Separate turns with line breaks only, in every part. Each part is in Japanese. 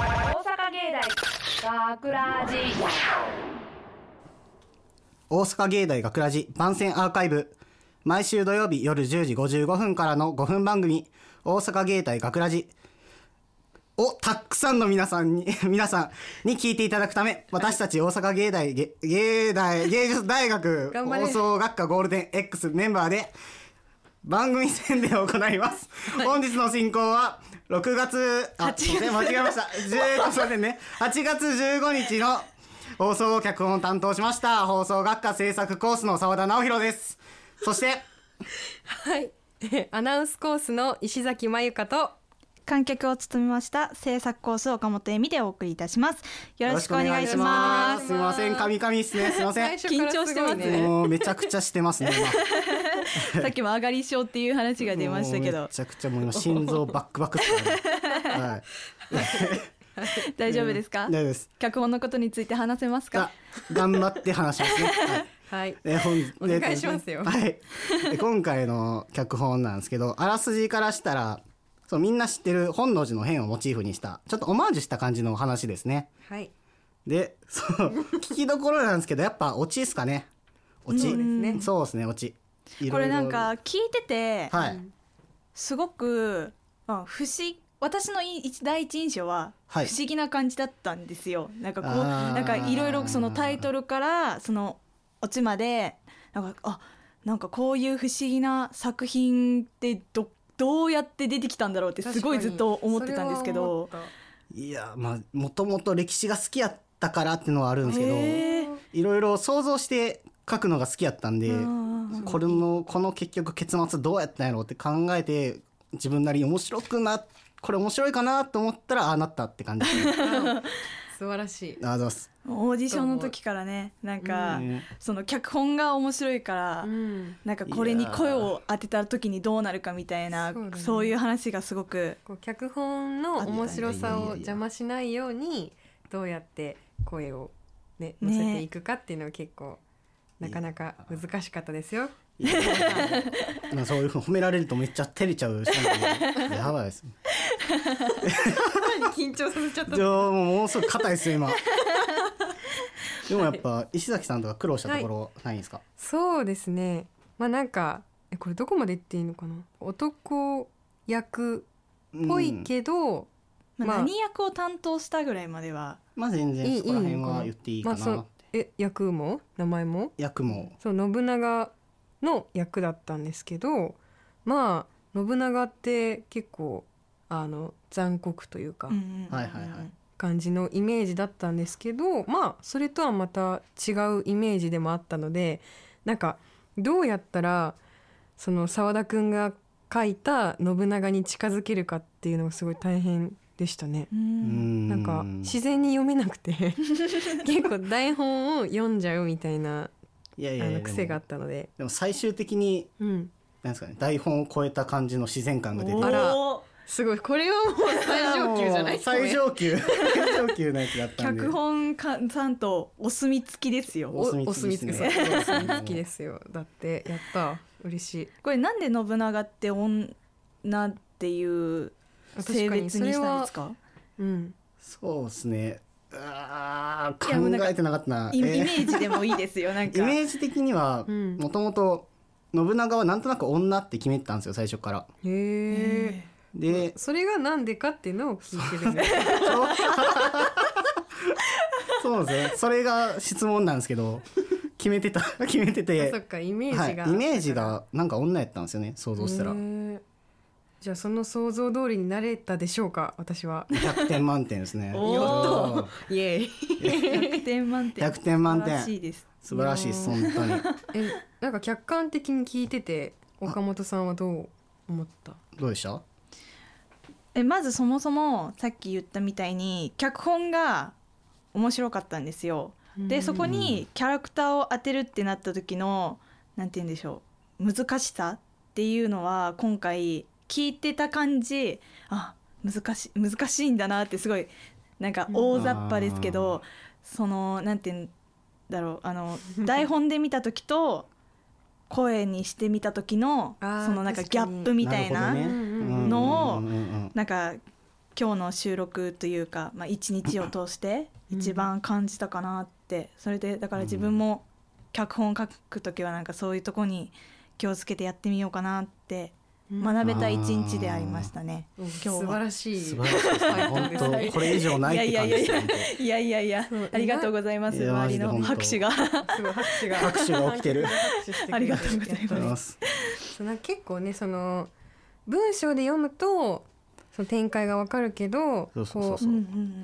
阪芸大学ラジ
大阪芸大学ラジ番宣アーカイブ毎週土曜日夜10時55分からの5分番組「大阪芸大学ラジ」をたくさんの皆さんに 皆さんに聞いていただくため私たち大阪芸大芸芸大芸術大学
頑張れ
放送学科ゴールデン X メンバーで番組宣伝を行います、本日の進行は6月あ
8月
ね間違えました10すいませんね8月15日の放送脚本を担当しました放送学科制作コースの澤田直弘ですそして
はい。 えアナウンスコースの石崎まゆかと。
観客を務めました制作コース岡本恵美でお送りいたしますよろしくお願いします
すいません神々っすねすい ません
最初から
緊張してます
ごいね
もうめちゃくちゃしてますね今
さっきも上がり症っていう話が出ましたけ
もうめ
ど
ちゃくちゃもう今心臓バックバックっすから ねはい
大丈夫ですか、
大丈夫です
脚本のことについて話せますか
が頑張って話しますね、はい
はい。
えー本
お願いしますよ
えーとはい。で今回の脚本なんですけど、あらすじからしたら、そうみんな知ってる本能寺の変をモチーフにした、ちょっとオマージュした感じのお話ですね。
はい。
で、そう、聞きどころなんですけど、やっぱオチですかね。オチ。
そうですね
そうですね、オチ。い
こ
ろい
れ
ろ
なん、か聞いてて、
はい。
すごく、あ、不思議私のい一第一印象は不
はい
思議な感じだったんですよ、なんかこう
あー
なんかいろいろそのタイトルからそのオチまでなんかあなんかこういう不思議な作品ってどどうやって出てきたんだろうってすごいずっと思ってたんですけど
それは思っ
いや、まあ、もともと歴史が好きやったからってのはあるんですけど、
へー
いろいろ想像して書くのが好きやったんで、
うん
これのこの結局結末どうやったんやろうって考えて自分なりに面白くなこれ面白いかなと思ったらああなったって感じありがとう
た素晴らしい。
ございます、
オーディションの時からねなんか、
うん
その脚本が面白いから、
うん。
なんかこれに声を当てた時にどうなるかみたいな
そうだね
そういう話がすごく
こう脚本の面白さを邪魔しないようにどうやって声をね乗せていくかっていうのは結構なかなか難しかったです よ。
いやまあそういうふうに褒められるとめっちゃ照れちゃう人なんでやばいです
緊張させちゃった
で。ももうものすごい硬いですよ今でもやっぱ石崎さんとか苦労したところないんですか、
そうですね。まあなんかえこれどこまで言っていいのかな。男役っぽいけど、
まあ
まあ
何役を担当したぐらいまでは、
まあ全然
いい
そこら辺
いいのか
は
な
言っていい
ま
か
あそ
な
うえ役も名前も
役も
そう信長の役だったんですけどまあ信長って結構あの残酷というか
うんうん
はいはいはい
感じのイメージだったんですけど、まあそれとはまた違うイメージでもあったのでなんかどうやったらその澤田くんが書いた信長に近づけるかっていうのがすごい大変でしたね。
う
うんん
なんか自然に読めなくて結構台本を読んじゃうみたいない
やい
あ
やいや
の
でも
癖があったので、
でも最終的に
うん、
なんですかね台本を超えた感じの自然感が出て
おー
あらすごいこれはもう最上級じゃない
最上級最上級のやつだったんで
脚本家さんとお墨付きですよ
お
おお墨付きですねお墨付きですすよだってやった嬉しい
これなんで信長って女っていう性別にしたんですか
うん
そうですねあー
いやもうなんか
考えてなかったな
イイ
え
メ
ー
ージでもいいですよなん か
イメージ的には
うん
もともと信長はなんとなく女って決めてたんですよ最初から
へえ
で
それがなんでかっていうのを聞いてるんです
そうなんですねそれが質問なんですけど決めてた 決めて
あ
て
そっかイメー
はい、
ジが、
イメージがなんか女やったんですよね想像したら
へーじゃあその想像通りになれたでしょうか私は
100点満点ですね
おー
おー
イエーイ
100点満点
100点満
素晴らし
点
いです
素晴らしいです本当に
えなんか客観的に聞いてて岡本さんはどう思った
どうでした
えまずそもそもさっき言ったみたいに脚本が面白かったんですよでそこにキャラクターを当てるってなった時のなんて言うんでしょう難しさっていうのは今回聞いてた感じあ難しい難しいんだなってすごいなんか大雑把ですけど、そのなんて言うんだろうあの台本で見た時と声にしてみた時の
あー
そのなんか
確
ギ
か
ャ
に
ップみたい
る
な
ほどね
うんうんうん
のを
うんうんうんうん
なんか今日の収録というか、まあ、一日を通して一番感じたかなって、それでだから自分も脚本書く時はなんかそういうとこに気をつけてやってみようかなって学べた一日でありましたね、
うん
今
素
日
晴
は。
らしい
素晴らしいですね本当これ以上ないって感じですね
いやいやいや
そう
ありがとうございます
いや
周りの
マジで本当
拍手が
すごい拍手が
拍手が起きて る
拍手してくれて
ありがとうござ
本当
います
ありがとうございます
そうなんか結構ねその文章で読むとその展開がわかるけど
そうそうそう
こ
そう
うん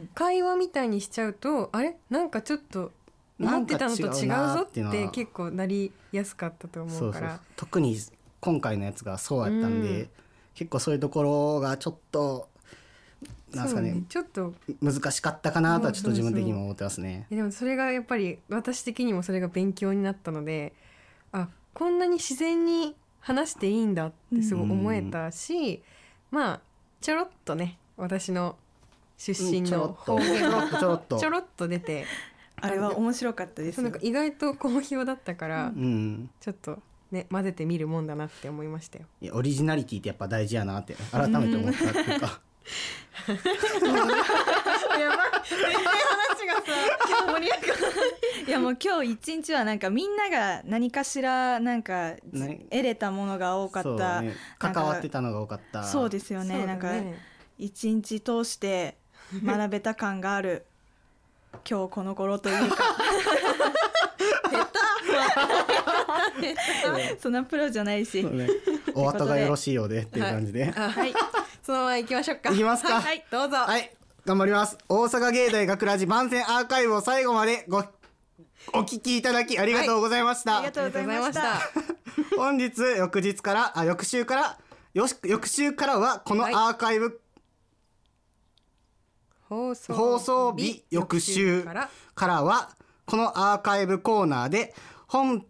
う会話みたいにしちゃうとあれなんかちょっと思ってたのと違う
なんか
ぞ
違うなーっていう
っ
の
て
は
結構なりやすかったと思
そうう
か
そう
ら
特に今回のやつがそうやったんで、
うん
結構そういうところがちょっとなんですか
そう
ね
ねちょっと
難しかったかなとはちょっと自分的にも思ってますね。
えでもそれがやっぱり私的にもそれが勉強になったのであこんなに自然に話していいんだってすごい思えたし、まあちょろっとね私の出
う
身
んちょ
の
ろっと
方言が
ちょろっと
ち
ち
ょ
ょろっ
ろっと出て
あれは面白かったです
そう
よ
なんか意外と好評だったから、
とうん
ちょっとね混ぜてみるもんだなって思いましたよ。
いやオリジナリティってやっぱ大事やなって改めて思ったっていうか、
やばい全然話がさ盛り上が
いやもう今日一日はなんかみんなが何かしらなんか
ね
得れたものが多か
そう
った
ね、関わってたのが多かった
そうですよねなんか一日通して学べた感があ る今日この頃というか そんなプロじゃないし
そうね お後がよろしいようでっていう感じで、はい、
はいそのまま行きましょうか。
行きますか
はいはいどうぞ。
頑張ります大阪芸大学ラジ番宣アーカイブを最後までごお聞きいただきありがとうございました、
ありがとうございました。
本日翌日からあ翌週からよし翌週からはこの
はい
アーカイブ
放送
放送日翌週
から
からはこのアーカイブコーナーで本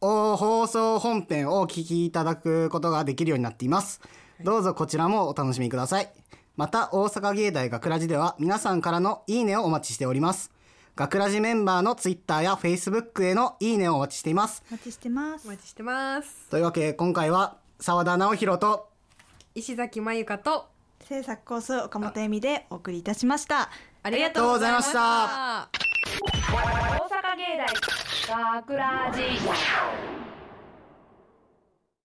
お放送本編をお聞きいただくことができるようになっていますどうぞこちらもお楽しみくださいまた大阪芸大学ラジでは皆さんからのいいねをお待ちしております学ラジメンバーのツイッターやフェイスブックへのいいねをお待ちしています
お待ちしてま
お
す
待ちしてます。
というわけで今回は澤田直弘と
石崎まゆかと
制作コース岡本恵美でお送りいたしました
ありがとうございまし
ありがとうござい
た。
大阪芸大学ラジ